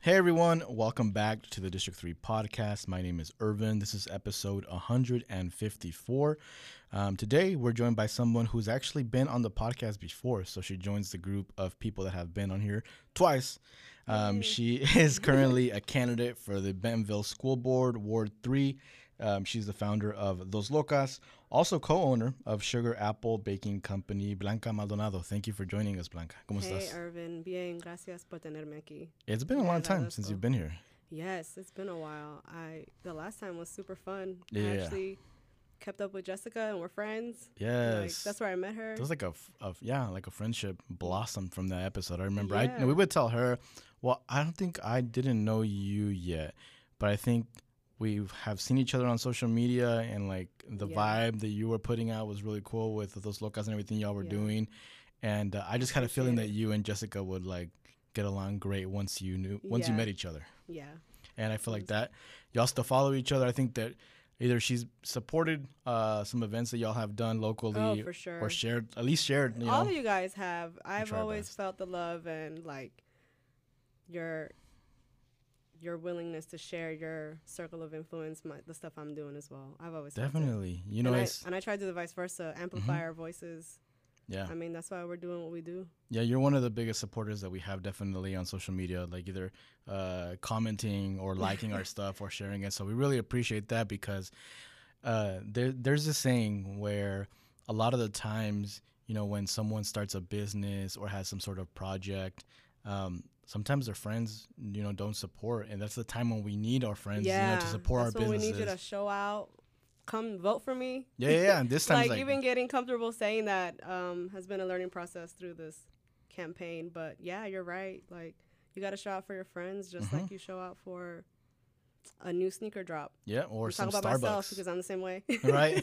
Hey everyone, welcome back to the District 3 podcast. My name is Irvin. This is episode 154. Um, today we're joined by someone who's actually been on the podcast before. So she joins the group of people that have been on here twice. Um, she is currently a candidate for the Bentonville School Board, Ward 3. Um, she's the founder of Los Locas, also co owner of Sugar Apple Baking Company, Blanca Maldonado. Thank you for joining us, Blanca. ¿Cómo Hey, estás? Irvin. Bien, gracias por tenerme aquí. It's been a long time since Maldonado. you've been here. Yes, it's been a while. I the last time was super fun. Yeah. I actually kept up with Jessica and we're friends. Yes. Like, that's where I met her. There was like a, f- a f- yeah, like a friendship blossomed from that episode. I remember. I Yeah. we would tell her, well, I don't think I didn't know you yet, but I think we have seen each other on social media and like the Yeah. vibe that you were putting out was really cool with those locals and everything y'all were Yeah. doing, and uh, I just had a feeling that Appreciate you and Jessica would like get along great once you knew once you Yeah. met each other yeah. and I feel like that y'all still follow each other. I think that either she's supported uh, some events that y'all have done locally, Oh, for or sure. shared at least shared. You All know, of you guys have. I've try our always best. felt the love and like your your willingness to share your circle of influence, my, the stuff I'm doing as well. I've always felt it. definitely. You know, and, it's Mm-hmm. I, and I try to do the vice versa, amplify our voices. yeah, I mean, that's why we're doing what we do. yeah. You're one of the biggest supporters that we have definitely on social media, like either uh, commenting or liking our stuff or sharing it. So we really appreciate that because uh, there, there's a saying where a lot of the times, you know, when someone starts a business or has some sort of project, um, sometimes their friends, you know, don't support, and that's the time when we need our friends, you know, to support that's our when businesses. we need you to show out. Come vote for me. yeah, yeah, yeah. And this time's like, like, even getting comfortable saying that um, has been a learning process through this campaign. But yeah, you're right. Like you got to show out for your friends, just Mm-hmm. like you show out for a new sneaker drop. yeah, or I'm some talking about myself Starbucks, because I'm the same way. right?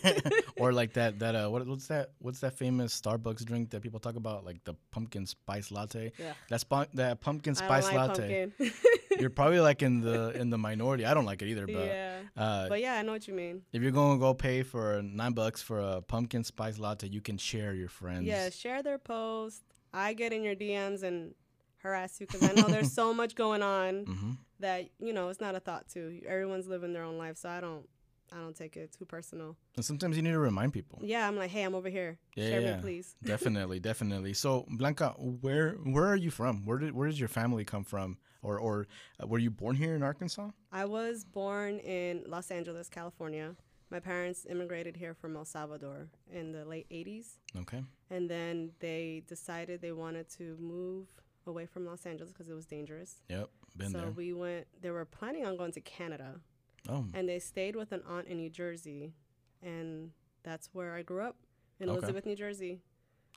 or like that that uh, what, what's that? What's that famous Starbucks drink that people talk about, like the pumpkin spice latte? Yeah. That's pu- that pumpkin I don't spice like latte. pumpkin. You're probably like in the in the minority. I don't like it either, but. yeah. Uh, But yeah, I know what you mean. If you're gonna go pay for nine bucks for a pumpkin spice latte, you can share your friends. Yeah, share their post. I get in your DMs and harass you because I know there's so much going on Mm-hmm. that you know it's not a thought to. Everyone's living their own life, so I don't, I don't take it too personal. And sometimes you need to remind people. Yeah, I'm like, hey, I'm over here. Yeah, share yeah. me, please. definitely, definitely. So Blanca, where where are you from? Where did where does your family come from? Or or uh, were you born here in Arkansas? I was born in Los Angeles, California. My parents immigrated here from El Salvador in the late 80s. Okay. And then they decided they wanted to move away from Los Angeles because it was dangerous. Yep. Been so there. we went, they were planning on going to Canada. oh. and they stayed with an aunt in New Jersey, and that's where I grew up in Okay. Elizabeth, New Jersey.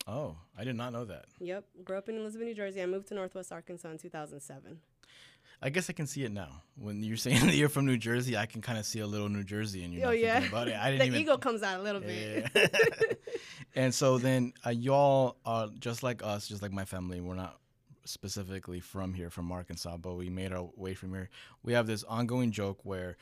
Oh, I did not know that. Yep, grew up in Elizabeth, New Jersey. I moved to Northwest Arkansas in 2007. I guess I can see it now. When you're saying that you're from New Jersey, I can kind of see a little New Jersey in you. oh not thinking yeah, about it. I didn't the even ego comes out a little bit. Yeah. and so then uh, y'all are just like us, just like my family. We're not specifically from here, from Arkansas, but we made our way from here. We have this ongoing joke where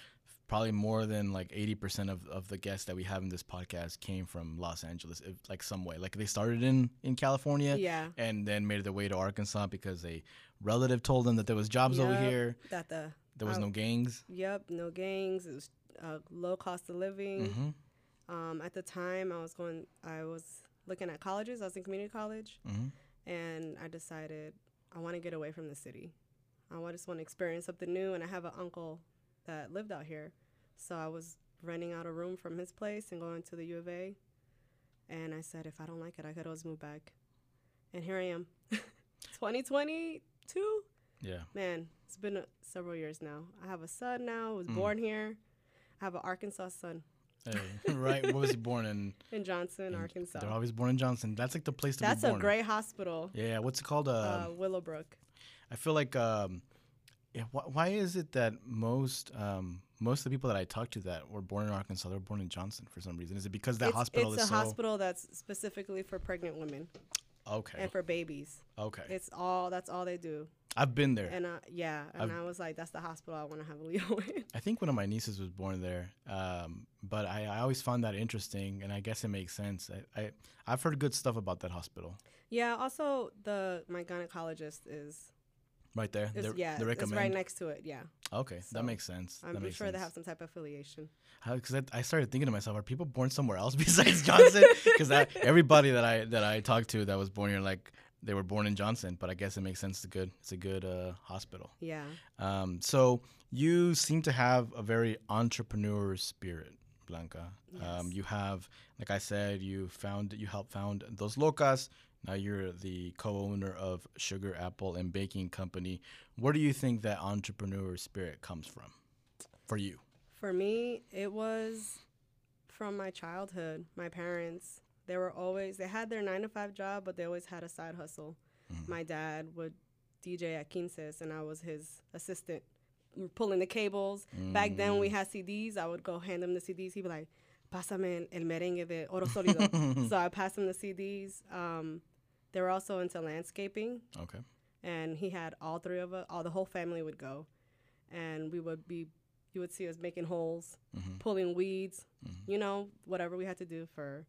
probably more than like 80% of, of the guests that we have in this podcast came from Los Angeles, if, like some way. Like they started in, in California Yeah. and then made their way to Arkansas because a relative told them that there was jobs over Yep, here. That the There was Oh. no gangs. yep, no gangs. It was uh, low cost of living. Mhm. Um, at the time, I was going. I was looking at colleges. I was in community college, Mhm. and I decided I want to get away from the city. I wa- just want to experience something new. And I have an uncle that lived out here, so I was renting out a room from his place and going to the U of A. And I said, if I don't like it, I could always move back. And here I am, 2022. Yeah. Man, it's been uh, several years now. I have a son now. who was Mm. born here. I have an Arkansas son Hey, right. What was he born in? in Johnson, Arkansas. They're always born in Johnson. That's like the place to That's be a born. great hospital, Yeah, what's it called? uh, Uh, Willowbrook. I feel like um, yeah, wh- why is it that most um, most of the people that I talk to that were born in Arkansas, they were born in Johnson for some reason? Is it because that it's, hospital it's is a so hospital that's specifically for pregnant women okay? and for babies. Okay, It's all that's all they do. I've been there. And uh, yeah, and i was like, that's the hospital I want to have a Leo in. I think one of my nieces was born there, um, but I, I always found that interesting, and I guess it makes sense. I, I I've heard good stuff about that hospital. yeah. Also, the my gynecologist is Right there. It's, They're- yeah, they it's recommend. right next to it. Yeah, Okay, So, that makes sense. I'm that pretty makes sure sense. they have some type of affiliation. Because I, I started thinking to myself, are people born somewhere else besides Johnson? Because everybody that I that I talked to that was born here, like they were born in Johnson. But I guess it makes sense. It's a good it's a good uh, hospital. Yeah, Um, so you seem to have a very entrepreneur spirit, Blanca. Um, Yes. you have, like I said, you found you helped found Dos Locas. Now you're the co-owner of Sugar Apple and Baking Company. Where do you think that entrepreneur spirit comes from, for you? for me, it was from my childhood. My parents, they were always they had their nine to five job, but they always had a side hustle. Mhm. My dad would DJ at Quinces, and I was his assistant, m- pulling the cables. Mm-hmm. Back then, when Mm. we had CDs. I would go hand him the CDs. He'd be like, "Pásame el merengue de Oro Solido." Mm-hmm. so I passed him the CDs. Um, they were also into landscaping, okay. and he had all three of us, all the whole family would go, and we would be, you would see us making holes, Mhm. pulling weeds, Mhm. you know, whatever we had to do for,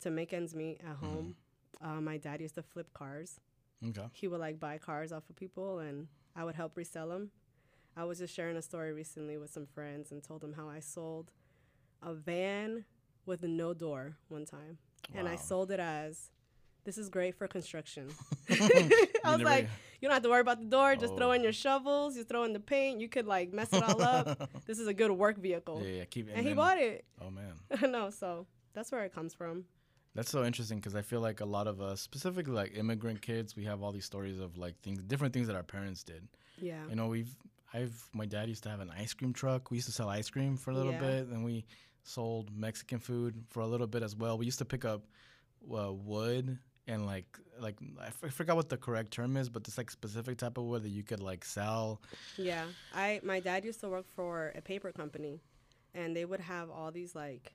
to make ends meet at home. Uh, my dad used to flip cars. Okay. He would like buy cars off of people, and I would help resell them. I was just sharing a story recently with some friends and told them how I sold a van with no door one time and I Wow. sold it as this is great for construction. You I was never- like, you don't have to worry about the door, just throw Oh. in your shovels, you throw in the paint, you could like mess it all up. This is a good work vehicle. yeah, yeah, keep. And he then- bought it. Oh man. no, so that's where it comes from. That's so interesting because I feel like a lot of us, specifically like immigrant kids, we have all these stories of like things, different things that our parents did. Yeah. You know, we've, I've, my dad used to have an ice cream truck. We used to sell ice cream for a little Yeah. bit, and we sold Mexican food for a little bit as well. We used to pick up uh, wood and like, like I f- I forgot what the correct term is, but this like specific type of wood that you could like sell. Yeah. I my dad used to work for a paper company and they would have all these like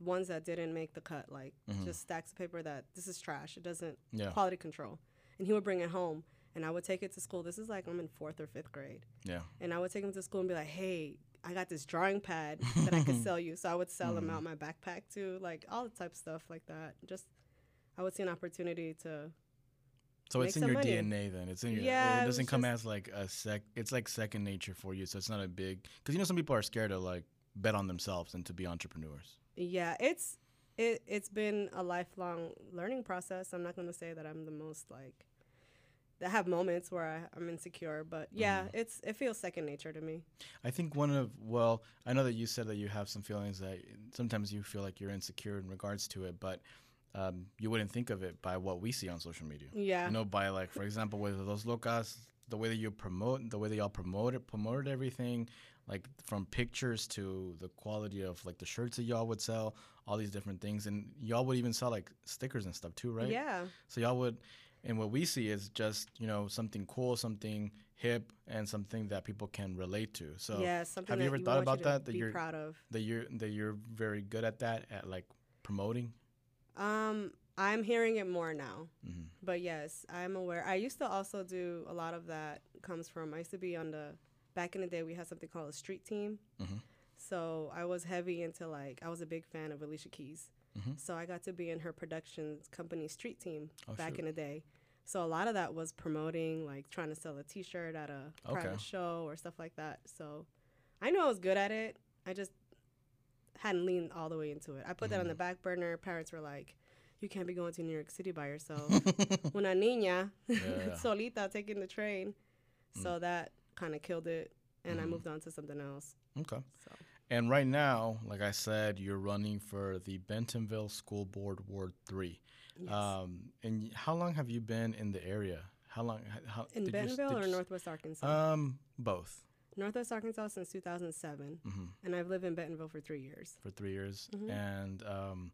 ones that didn't make the cut, like Mhm. just stacks of paper that this is trash. It doesn't Yeah, quality control. And he would bring it home and I would take it to school. This is like I'm in fourth or fifth grade. yeah. and I would take them to school and be like, "Hey, I got this drawing pad that I could sell you." So I would sell them Mhm. out my backpack too, like all the type of stuff like that. Just I would see an opportunity to So Make it's in some your money. DNA then. It's in your. it Yeah, it doesn't was come just- as like a sec. It's like second nature for you. So it's not a big because you know some people are scared to like bet on themselves and to be entrepreneurs. yeah, it's it it's been a lifelong learning process. I'm not going to say that I'm the most like I have moments where I, I'm insecure, but yeah, Mm-hmm. it's it feels second nature to me. I think one of well, I know that you said that you have some feelings that sometimes you feel like you're insecure in regards to it, but um, you wouldn't think of it by what we see on social media. Yeah. You know, by like for example with those locas, the way that you promote, the way that y'all promote it, promoted everything, like from pictures to the quality of like the shirts that y'all would sell, all these different things, and y'all would even sell like stickers and stuff too, right? Yeah. So y'all would, and what we see is just you know something cool, something hip, and something that people can relate to. So yeah, something have you that ever you thought want about you to that, that be you're- proud of. that you're that you're very good at that at like promoting. Um I'm hearing it more now. Mhm. But yes, I'm aware. I used to also do a lot of that comes from. I used to be on the back in the day. We had something called a street team. Mhm. So I was heavy into like I was a big fan of Alicia Keys. Mhm. So I got to be in her production company street team Oh, back shoot. in the day. So a lot of that was promoting, like trying to sell a T-shirt at a Okay. private show or stuff like that. So I knew I was good at it. I just hadn't leaned all the way into it. I put that Mm-hmm. on the back burner. Parents were like, "You can't be going to New York City by yourself." una niña Yeah. Mm. solita taking the train. So that kind of killed it, and I Mhm. moved on to something else. okay. So And right now, like I said, you're running for the Bentonville School Board Ward Three. yes. Um, and y- how long have you been in the area? How long? h- How, in did you s- Bentonville did or you s- Northwest Arkansas? Um, both Northwest Arkansas since 2007, hmm and I've lived in Bentonville for three years. for three years. Mhm. And um,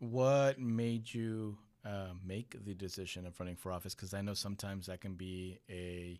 what made you uh, make the decision of running for office? Because I know sometimes that can be a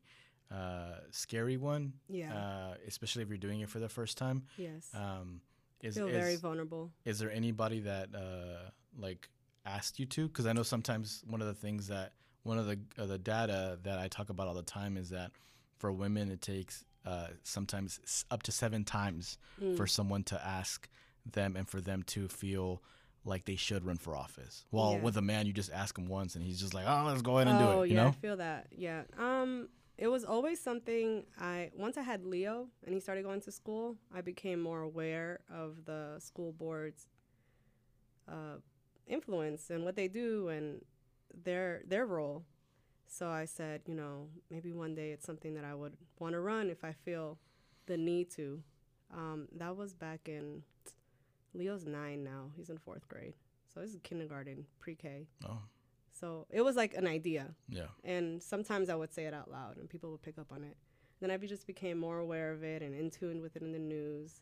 uh, scary one, Yeah. uh, especially if you're doing it for the first time. yes. Um, is, Feel very is, vulnerable. is there anybody that uh, like asked you to because i know sometimes one of the things that one of the uh, the data that i talk about all the time is that for women it takes uh, sometimes s- up to seven times Mm. for someone to ask them and for them to feel like they should run for office well Yeah. with a man you just ask him once and he's just like oh let's go ahead and oh do it you yeah, I know feel that. Yeah. Um, it was always something I once I had Leo and he started going to school, I became more aware of the school board's uh, influence and what they do and their their role. So I said, you know, maybe one day it's something that I would want to run if I feel the need to. Um, that was back in Leo's nine now. He's in fourth grade, so this is kindergarten, pre-K. Oh, So it was like an idea yeah. and sometimes I would say it out loud, and people would pick up on it. Then I be- just became more aware of it and in tune with it in the news.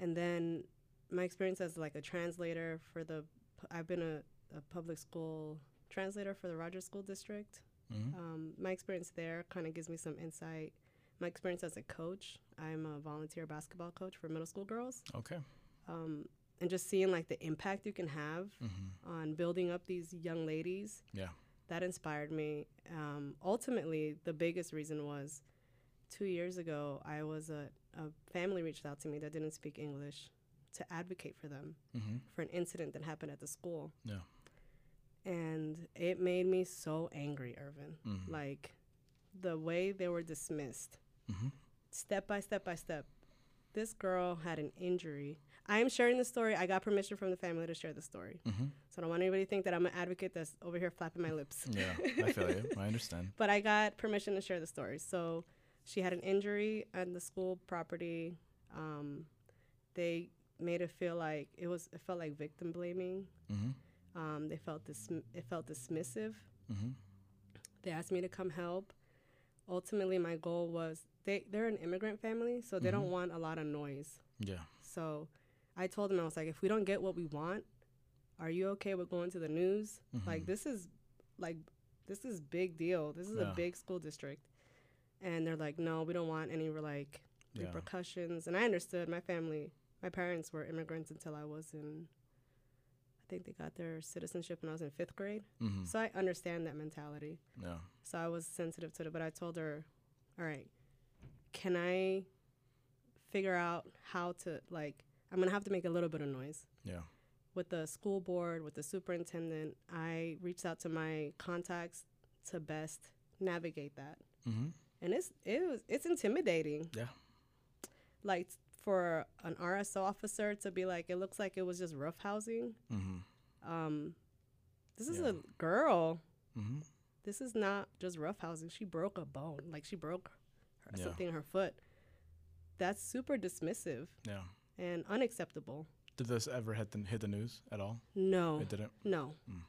And then my experience as like a translator for the, pu- I've been a, a public school translator for the Rogers School District. Mhm. Um, my experience there kind of gives me some insight. My experience as a coach, I'm a volunteer basketball coach for middle school girls, Okay. um, and just seeing like the impact you can have hmm on building up these young ladies. Yeah. That inspired me. Um, ultimately, the biggest reason was two years ago, I was a, a family reached out to me that didn't speak English to advocate for them hmm for an incident that happened at the school. Yeah. And it made me so angry, Irvin. Mhm. Like the way they were dismissed, hmm step by step by step. This girl had an injury. I am sharing the story. I got permission from the family to share the story. hmm So I don't want anybody to think that I'm an advocate that's over here flapping my lips. Yeah. I feel you. I understand. But I got permission to share the story. So she had an injury on the school property. Um, they made it feel like it was it felt like victim blaming. hmm Um, they felt dis- it felt dismissive. hmm They asked me to come help. Ultimately, my goal was they they're an immigrant family, so they don't want a lot of noise. Yeah. So I told him, I was like, if we don't get what we want, are you okay with going to the news? Mm-hmm. Like, this is like, this is big deal. This is Yeah. a big school district. And they're like, no, we don't want any like Yeah. repercussions. And I understood my family, my parents were immigrants until I was in, I think they got their citizenship when I was in fifth grade. hmm So I understand that mentality. Yeah. So I was sensitive to it, but I told her, "All right, can I figure out how to like? I'm gonna have to make a little bit of noise Yeah. with the school board, with the superintendent. I reached out to my contacts to best navigate that, hmm and it's it was it's intimidating. Yeah. Like for an RSO officer to be like, it looks like it was just roughhousing. hmm Um, this is Yeah. a girl. hmm this is not just roughhousing. She broke a bone. Like she broke her, Yeah. something in her foot. That's super dismissive Yeah. and unacceptable. Did this ever hit the, hit the news at all? No, It didn't. no. Mm.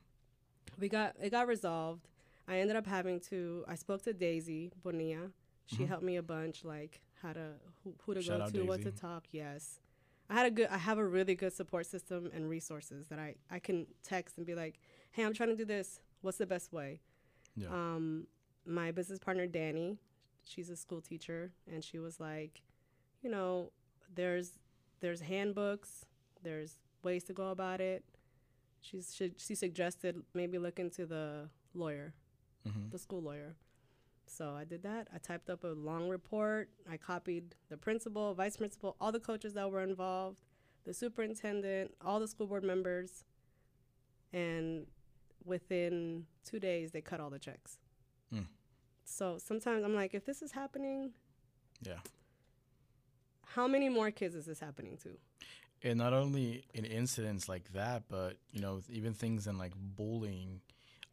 We got it got resolved. I ended up having to. I spoke to Daisy Bonilla. She helped me a bunch, like how to who, who to Mm-hmm. Shout go out to, what to Daisy. talk. Yes, I had a good. I have a really good support system and resources that I I can text and be like, hey, I'm trying to do this. What's the best way? Yeah. um, my business partner Danny, she's a school teacher, and she was like, you know, there's there's handbooks, there's ways to go about it. She's, she she suggested maybe look into the lawyer, hmm the school lawyer. So I did that. I typed up a long report. I copied the principal, vice principal, all the coaches that were involved, the superintendent, all the school board members, and within two days they cut all the checks. Mm. So sometimes I'm like, if this is happening, Yeah. how many more kids is this happening to? and not only in incidents like that, but you know, even things in like bullying.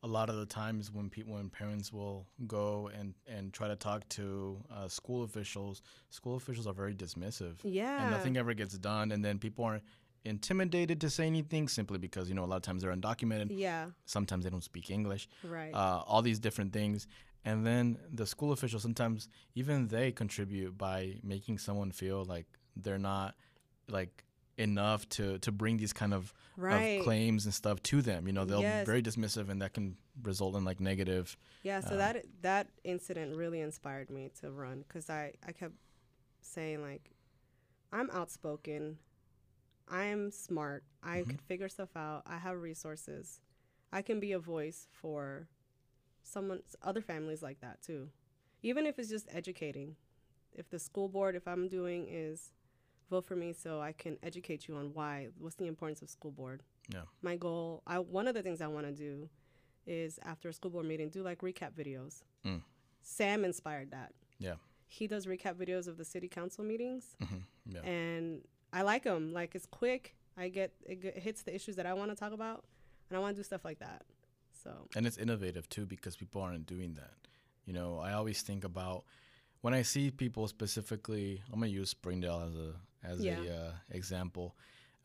A lot of the times when people, when parents will go and and try to talk to uh, school officials, school officials are very dismissive, Yeah. and nothing ever gets done. And then people are intimidated to say anything simply because you know a lot of times they're undocumented. Yeah. Sometimes they don't speak English. Right. Uh, all these different things. And then the school officials sometimes even they contribute by making someone feel like they're not like enough to to bring these kind of, right. of claims and stuff to them. You know, they'll Yes. be very dismissive and that can result in like negative. Yeah, so Uh, that that incident really inspired me to run because I I kept saying like, I'm outspoken, I'm smart, I Mhm. could figure stuff out, I have resources, I can be a voice for someone other families like that too, even if it's just educating. If the school board, if I'm doing is vote for me so I can educate you on why what's the importance of school board. Yeah. My goal, I one of the things I want to do is after a school board meeting do like recap videos. Mm. Sam inspired that. Yeah. He does recap videos of the city council meetings, Mhm. Yeah. and I like him. Like it's quick. I get it, g- it hits the issues that I want to talk about, and I want to do stuff like that. So and it's innovative too because people aren't doing that you know i always think about when i see people specifically i'm going to use springdale as a as Yeah. a uh, example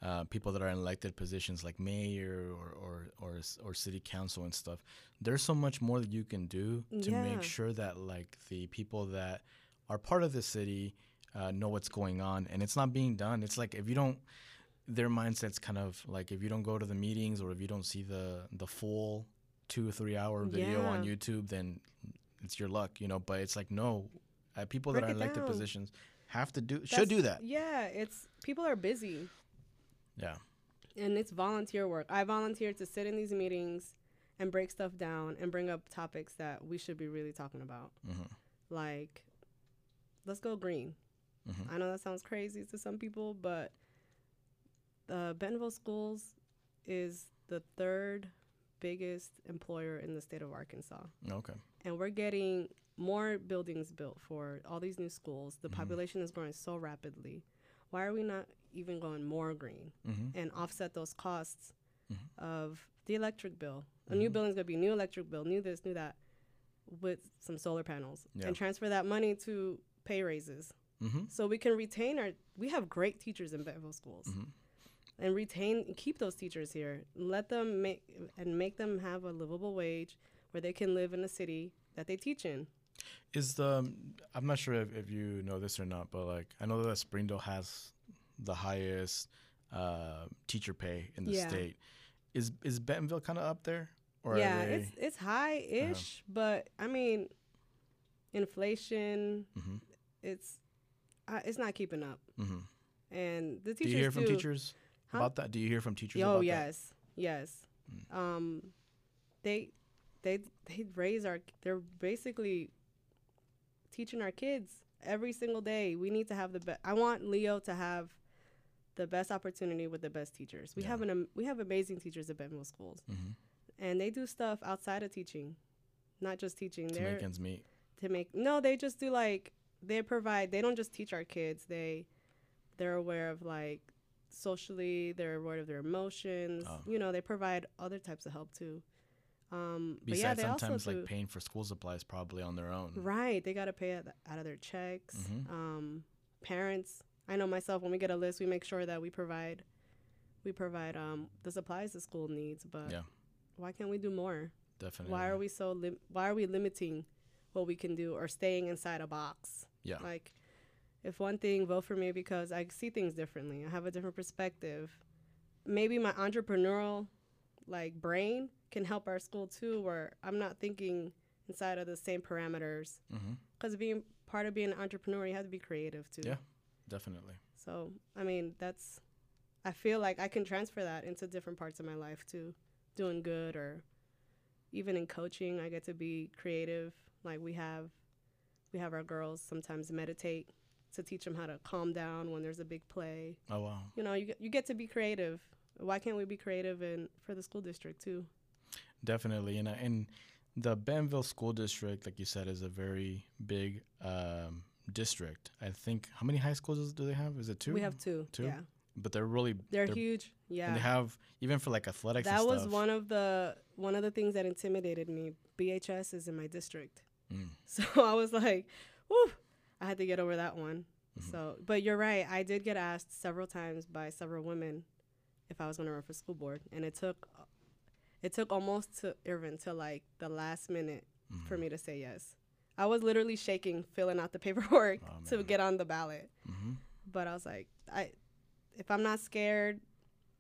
uh, people that are in elected positions like mayor or or, or s- or city council and stuff there's so much more that you can do to Yeah. make sure that like the people that are part of the city uh, know what's going on and it's not being done it's like if you don't their mindset's kind of like if you don't go to the meetings or if you don't see the the full two or three hour video on Yeah. YouTube, then it's your luck, you know. But it's like no, uh, people that Break are it in elected down. positions have to do should do That's- that. Yeah, it's people are busy. Yeah, and it's volunteer work. I volunteer to sit in these meetings and break stuff down and bring up topics that we should be really talking about. Mhm. Like, let's go green. Mhm. I know that sounds crazy to some people, but uh, Bentonville Schools is the third biggest employer in the state of Arkansas. okay, And we're getting more buildings built for all these new schools. The population is growing so rapidly. Why are we not even going more green? hmm and offset those costs of the electric bill. A new building's gonna be new electric bill, new this, new that, with some solar panels, Yeah. and transfer that money to pay raises, hmm so we can retain our. We have great teachers in Bentonville schools, and retain keep those teachers here. Let them make and make them have a livable wage where they can live in the city that they teach in. is the um, I'm not sure if, if you know this or not, but like I know that Springdale has the highest uh, teacher pay in the Yeah. state. Is is Bentonville kind of up there? Or are yeah, they- Uh-huh. it's it's high ish, but I mean, inflation, Mhm. it's uh, it's not keeping up. Mhm. And the do teachers you hear from do- teachers Huh? about that? Do you hear from teachers? Oh about that? Mm. yes, yes. Um, they they they raise our. They're basically teaching our kids every single day. We need to have the best. I want Leo to have the best opportunity with the best teachers. We have an am- we have amazing teachers at Bentonville schools, Mhm. and they do stuff outside of teaching, not just teaching. to they're make ends meet. to make no they just do like they provide they don't just teach our kids they they're aware of like socially they're aware of their emotions Oh. you know they provide other types of help too um but yeah Besides, they sometimes also do like paying for school supplies probably on their own. right they got to pay it out of their checks Mhm. um parents i know myself when we get a list we make sure that we provide we provide um the supplies the school needs but Yeah. why can't we do more Definitely. why are we so lim- why are we limiting what we can do or staying inside a box Yeah. like if one thing vote for me because i see things differently i have a different perspective maybe my entrepreneurial like brain can help our school too where i'm not thinking inside of the same parameters hmm because being part of being an entrepreneur you have to be creative too Yeah. Definitely. so i mean that's i feel like i can transfer that into different parts of my life too doing good or even in coaching i get to be creative like we have we have our girls sometimes meditate to teach them how to calm down when there's a big play Oh wow. you know you, get- you get to be creative why can't we be creative and for the school district too Definitely. And I- and the Benville school district, like you said, is a very big um, district. I think how many high schools is- do they have? Is it two? we have two, Two? yeah But they're really they're, huge yeah And they have even for like athletics. that and was stuff, one of the one of the things that intimidated me bhs is in my district Mm. so i was like whew i had to get over that one so but you're right i did get asked several times by several women if i was going to run for school board and it took it took almost to irvin to like the last minute Mm. for me to say yes i was literally shaking filling out the paperwork Oh, to get on the ballot Mhm. but i was like i if i'm not scared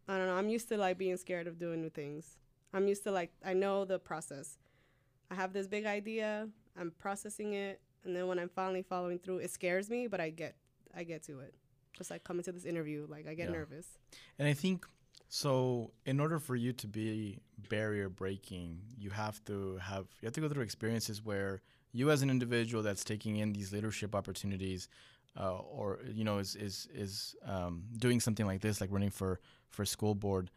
I don't know. I'm used to like being scared of doing new things. I'm used to like I know the process. I have this big idea. I'm processing it, and then when I'm finally following through, it scares me, but I get I get to it. Just like coming to this interview, like I get Yeah. nervous. And I think so. In order for you to be barrier breaking, you have to have you have to go through experiences where you, as an individual that's taking in these leadership opportunities, uh, or you know, is is is um, doing something like this, like running for for school board.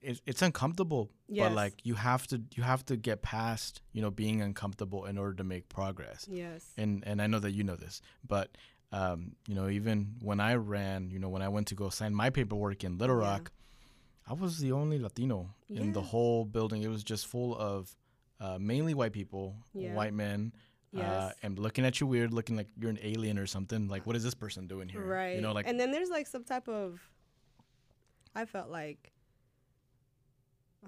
it, it's uncomfortable Yes. but like you have to you have to get past you know being uncomfortable in order to make progress Yes. and and I know that you know this, but um, you know, even when I ran, you know, when I went to go sign my paperwork in Little Yeah. Rock, I was the only Latino in the Yeah. whole building. It was just full of uh, mainly white people, Yeah. white men, uh, Yes. and looking at you weird, looking like you're an alien or something. Like, what is this person doing here? Right. You know, like and then there's like some type of I felt like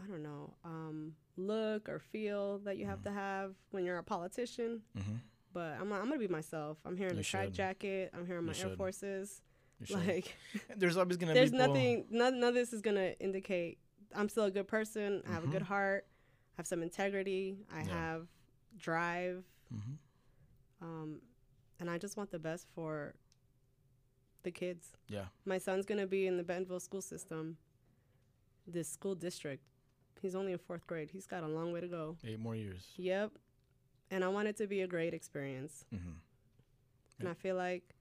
I don't know, um, look or feel that you have Mm. to have when you're a politician. mhm, But I'm I'm gonna be myself. I'm here in You a track should. jacket. I'm here in You my Air should. Forces. you should- Like there's always gonna there's be people- nothing none, none of this is gonna indicate i'm still a good person i have a good heart i have some integrity i Mm-hmm. Yeah. have drive Mhm. um, and i just want the best for the kids Yeah. my son's gonna be in the bentonville school system this school district he's only in fourth grade he's got a long way to go Eight more years. yep and i want it to be a great experience hmm and i feel like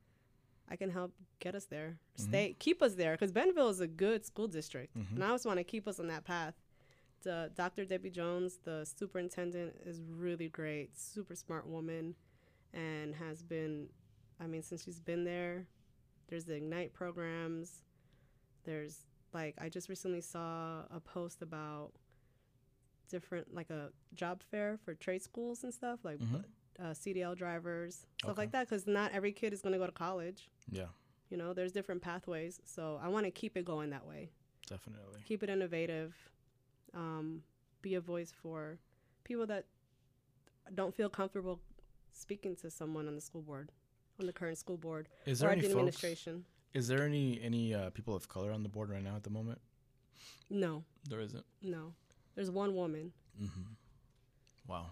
i can help get us there Mhm. stay keep us there because bentonville is a good school district Mhm. and i always want to keep us on that path the dr debbie jones the superintendent is really great super smart woman and has been i mean since she's been there there's the ignite programs there's like i just recently saw a post about different like a job fair for trade schools and stuff like Mhm. uh, cdl drivers stuff Okay. like that because not every kid is going to go to college Yeah, you know there's different pathways so i want to keep it going that way definitely. keep it innovative um, be a voice for people that don't feel comfortable speaking to someone on the school board on the current school board Is or there at any the folks? administration Is there any any uh, people of color on the board right now at the moment? no There isn't. no there's one woman Mm-hmm. Wow.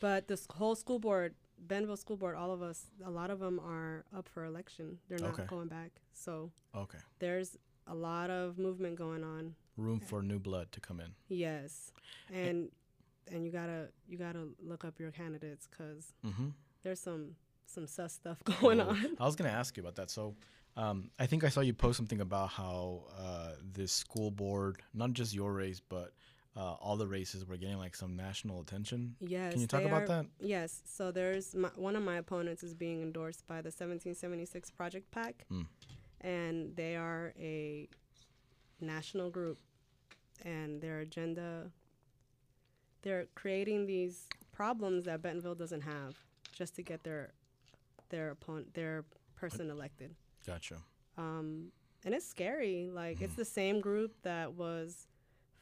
but this whole school board bentonville school board all of us a lot of them are up for election they're not Okay. going back so Okay. there's a lot of movement going on Room for new blood to come in. yes and and you gotta you gotta look up your candidates because Mm-hmm. there's some some sus stuff going on. I was gonna ask you about that. So, um, I think I saw you post something about how uh, this school board, not just your race, but uh, all the races, were getting like some national attention. Yes. Can you talk they about are- that? Yes. So there's my, one of my opponents is being endorsed by the 1776 Project PAC, Mm. and they are a national group, and their agenda. They're creating these problems that Bentonville doesn't have, just to get their their opponent their person elected. Gotcha. um, and it's scary. Like it's the same group that was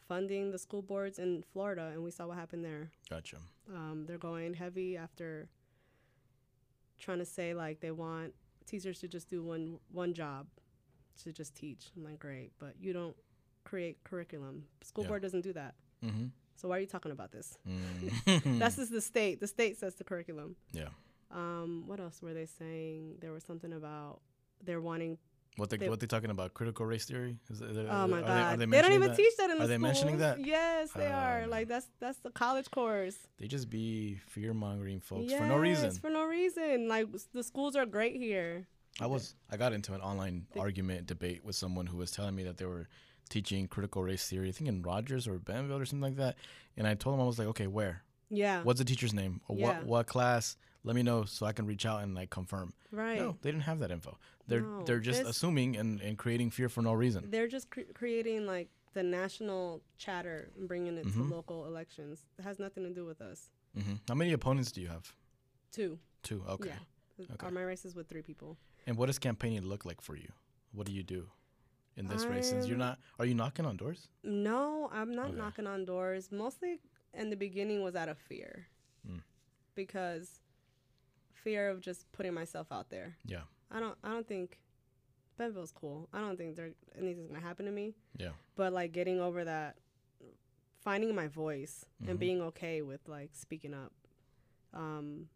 funding the school boards in Florida, and we saw what happened there. Gotcha. Um, they're going heavy after trying to say like they want teachers to just do one one job, to just teach. I'm like, great, but you don't create curriculum. School Yeah. board doesn't do that. Mm-hmm. So why are you talking about this? Mm. That's just the state. The state sets the curriculum. yeah. Um, what else were they saying? There was something about they're wanting What they, they- what they talking about? Critical race theory? Is, is, Oh my god! Uh, Are they, they, don't mentioning even that? teach that in the Are they mentioning schools. that? Yes, they are. Um, Like that's that's the college course. They just be fear mongering folks for no reason. Yes, For no reason. Like s- the schools are great here. I was I got into an online argument debate with someone who was telling me that they were teaching critical race theory, I think in Rogers or Banville or something like that. And I told them I was like, okay, where? Yeah. What's the teacher's name? Or Yeah. what what class? Let me know so I can reach out and like confirm. Right. No, they didn't have that info. They're No, they're just there's- assuming and, and creating fear for no reason. They're just cre- creating like the national chatter and bringing it Mm-hmm. to local elections. It has nothing to do with us. hmm How many opponents do you have? Two. Two. Okay. Mm. Yeah. Okay. Are my races with three people? And what does campaigning look like for you? What do you do in this race? Since you're I'm- not are you knocking on doors? No, I'm not Okay. knocking on doors. Mostly in the beginning was out of fear. Mm. Because fear of just putting myself out there. Yeah. I don't I don't think Benville's cool. I don't think there anything's gonna happen to me. Yeah. But like getting over that finding my voice Mhm. and being okay with like speaking up. Um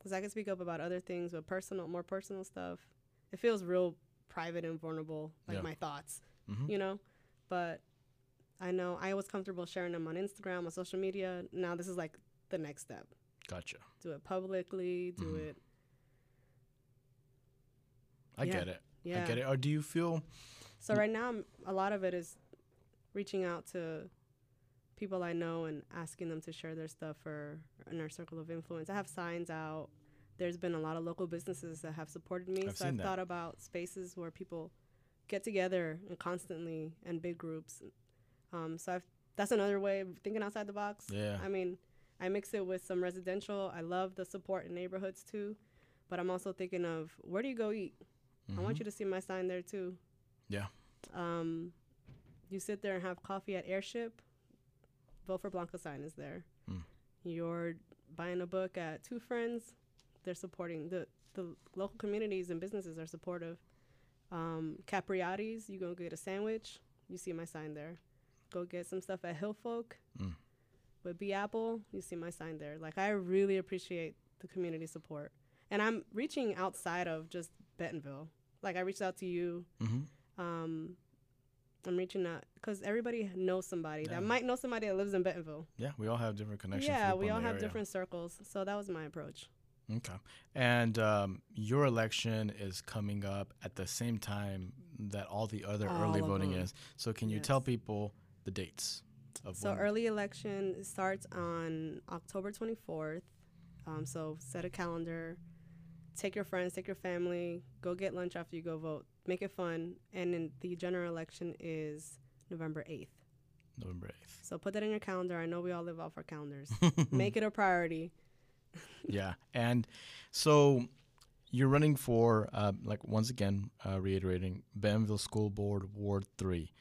'cause I can speak up about other things, but personal more personal stuff. It feels real private and vulnerable, like Yeah. my thoughts. Mhm. You know? But I know I was comfortable sharing them on Instagram, on social media. Now this is like the next step. Gotcha. Do it publicly, do Mhm. it I Yeah. get it. yeah. I get it. Or do you feel So right now, I'm- a lot of it is reaching out to people I know and asking them to share their stuff for in our circle of influence. I have signs out. There's been a lot of local businesses that have supported me, I've so seen I've that. thought about spaces where people get together and constantly and big groups. Um, so I've that's another way of thinking outside the box. Yeah. I mean, I mix it with some residential. I love the support in neighborhoods too, but I'm also thinking of where do you go eat? I want you to see my sign there too. Yeah. Um, you sit there and have coffee at Airship. Vote for Blanca sign is there. Mm. You're buying a book at Two Friends. They're supporting the the local communities and businesses are supportive. Um, Capriati's, you go get a sandwich. You see my sign there. Go get some stuff at Hill Folk. Mm. With B Apple, you see my sign there. Like I really appreciate the community support, and I'm reaching outside of just Bentonville. Like I reached out to you hmm um I'm reaching out because everybody knows somebody Yeah. that might know somebody that lives in Bentonville. Yeah, we all have different connections. yeah, loop we on all the have area. different circles, so that was my approach. Okay. And um, your election is coming up at the same time that all the other All early of voting them. is. So can you tell Yes. people the dates of So when- early election starts on October 24th. Um, so set a calendar, take your friends, take your family, go get lunch after you go vote, make it fun, and then the general election is November 8th. November eighth? So put that in your calendar. I know we all live off our calendars. make it a priority. yeah. And so you're running for uh, like once again uh, reiterating Bentonville School Board Ward Three.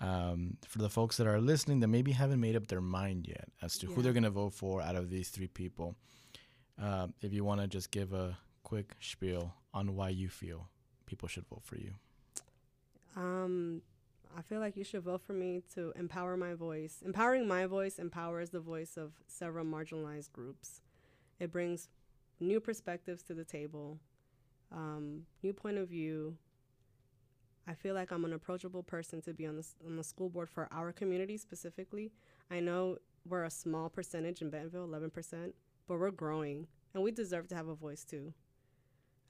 Um, for the folks that are listening that maybe haven't made up their mind yet as to who Yeah. they're going to vote for out of these three people, um, if you want to just give a quick spiel on why you feel people should vote for you. Um, I feel like you should vote for me to empower my voice. Empowering my voice empowers the voice of several marginalized groups. It brings new perspectives to the table, um, new point of view. I feel like I'm an approachable person to be on the s- on the school board for our community specifically. I know we're a small percentage in Bentonville, 11%, but we're growing, and we deserve to have a voice too.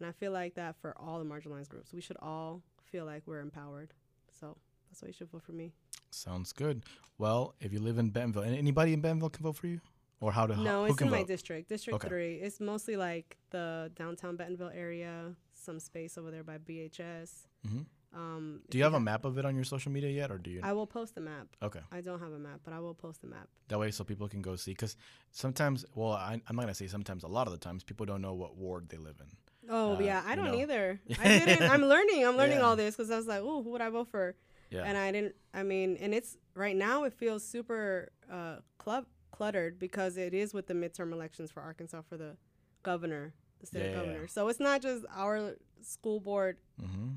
And I feel like that for all the marginalized groups. We should all feel like we're empowered. So that's why you should vote for me. Sounds good. Well, if you live in Bentonville, and anybody in Bentonville can vote for you, or how to no, who it's can in my vote? district, District Okay. 3. It's mostly like the downtown Bentonville area, some space over there by BHS. Mhm. Um, if Do you have a map of it on your social media yet, or do you? I will post a map. okay. I don't have a map, but I will post a map. That way, so people can go see. Because sometimes, well, I, I'm not gonna say sometimes. A lot of the times, people don't know what ward they live in. Oh, Uh, yeah. I you don't know. either. I didn't. I'm learning. I'm learning Yeah. all this because I was like, oh, who would I vote for? Yeah. and I didn't. I mean, and it's right now. It feels super uh, club cluttered because it is with the midterm elections for Arkansas for the governor, the state Yeah, yeah, yeah. governor. So it's not just our school board; mm-hmm.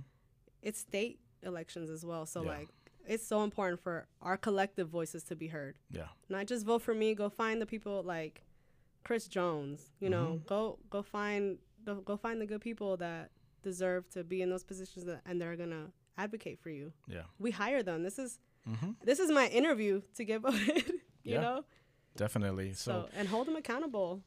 it's state elections as well. So Yeah. like, it's so important for our collective voices to be heard. Yeah. Not just vote for me. Go find the people like Chris Jones. You know, Mm-hmm. go go find the, go find the good people that deserve to be in those positions that, and they're gonna advocate for you. Yeah. We hire them. This is Mm-hmm. this is my interview to get voted, you Yeah. know? Definitely. So, So, and hold them accountable.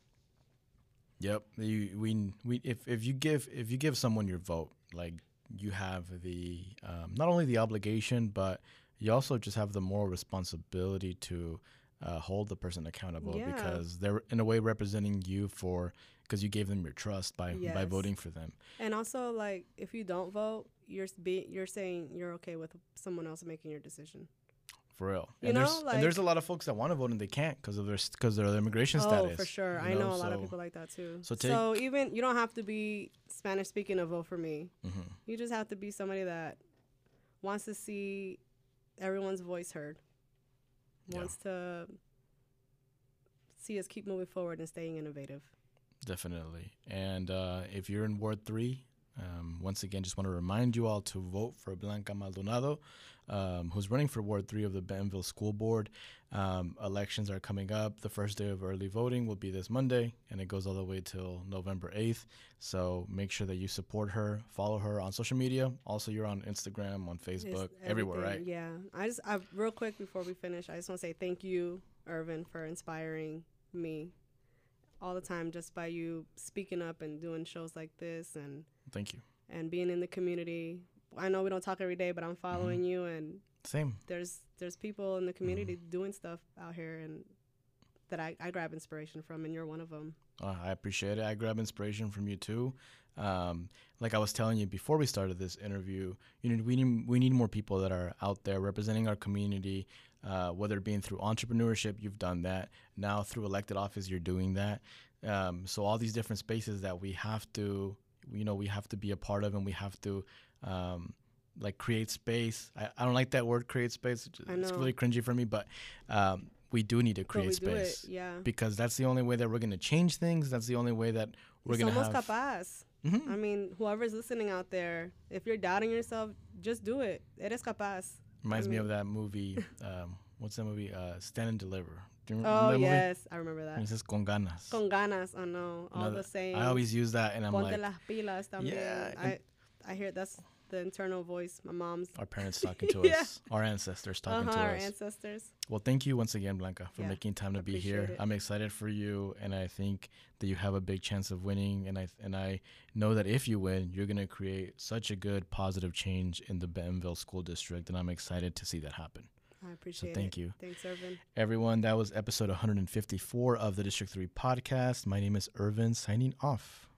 yep. You, we we if if you give if you give someone your vote, like you have the um, not only the obligation, but you also just have the moral responsibility to uh, hold the person accountable Yeah. because they're in a way representing you for because you gave them your trust by by Yes. voting for them. And also like if you don't vote, you're s- be, you're saying you're okay with someone else making your decision. For real. You and, there's, know, and there's a like- lot of folks that want to vote and they can't because of their because their immigration status. Oh, for sure. you I know a lot of so- people like that too. so So, take- even you don't have to be Spanish speaking to vote for me. Mhm. You just have to be somebody that wants to see everyone's voice heard. Yeah. Wants to see us keep moving forward and staying innovative. Definitely. And uh, if you're in Ward 3, um, once again, just want to remind you all to vote for Blanca Maldonado, um, who's running for Ward 3 of the Bentonville School Board. Um, elections are coming up. The first day of early voting will be this Monday, and it goes all the way till November 8th. So make sure that you support her, follow her on social media. Also, you're on Instagram, on It's Facebook, everywhere, right? everything, Yeah. I just, I, real quick before we finish, I just want to say thank you, Irvin, for inspiring me all the time just by you speaking up and doing shows like this and Thank you. Mm-hmm. and being in the community. I know we don't talk every day, but I'm following you and Same. there's there's people Mm-hmm. in the community doing stuff out here and that I, I grab inspiration from and you're one of them Uh, I appreciate it. I grab inspiration from you too. Um, like I was telling you before we started this interview, you know, we need we need more people that are out there representing our community. Uh, whether it being through entrepreneurship, you've done that. Now through elected office, you're doing that. Um, so all these different spaces that we have to, you know, we have to be a part of, and we have to. Um, like create space. I, I don't like that word create space. I It's know. really cringy for me, but um, we do need to But create we do space it yeah because that's the only way that we're going to change things. That's the only way that we're it's going to almost have. capaz Mhm. I mean whoever's listening out there if you're doubting yourself just do it eres capaz Reminds me mean- of that movie. Um, what's that movie? Uh, Stand and Deliver. Do you remember oh that movie? yes I remember And he that says con ganas. con ganas oh no all Another- the same I always use that, and I'm ponte like, las pilas también Yeah, I and- I hear that's the internal voice my mom's our parents talking to Yeah. us, our ancestors talking uh-huh, to our us. ancestors Well, thank you once again, Blanca, for Yeah, making time to be appreciate here. it. I'm excited for you, and I think that you have a big chance of winning. And I and I know that if you win, you're going to create such a good, positive change in the Bentonville School District, and I'm excited to see that happen. I So appreciate thank it you. thanks Irvin Everyone, that was episode 154 of the District 3 podcast. My name is Irvin, signing off.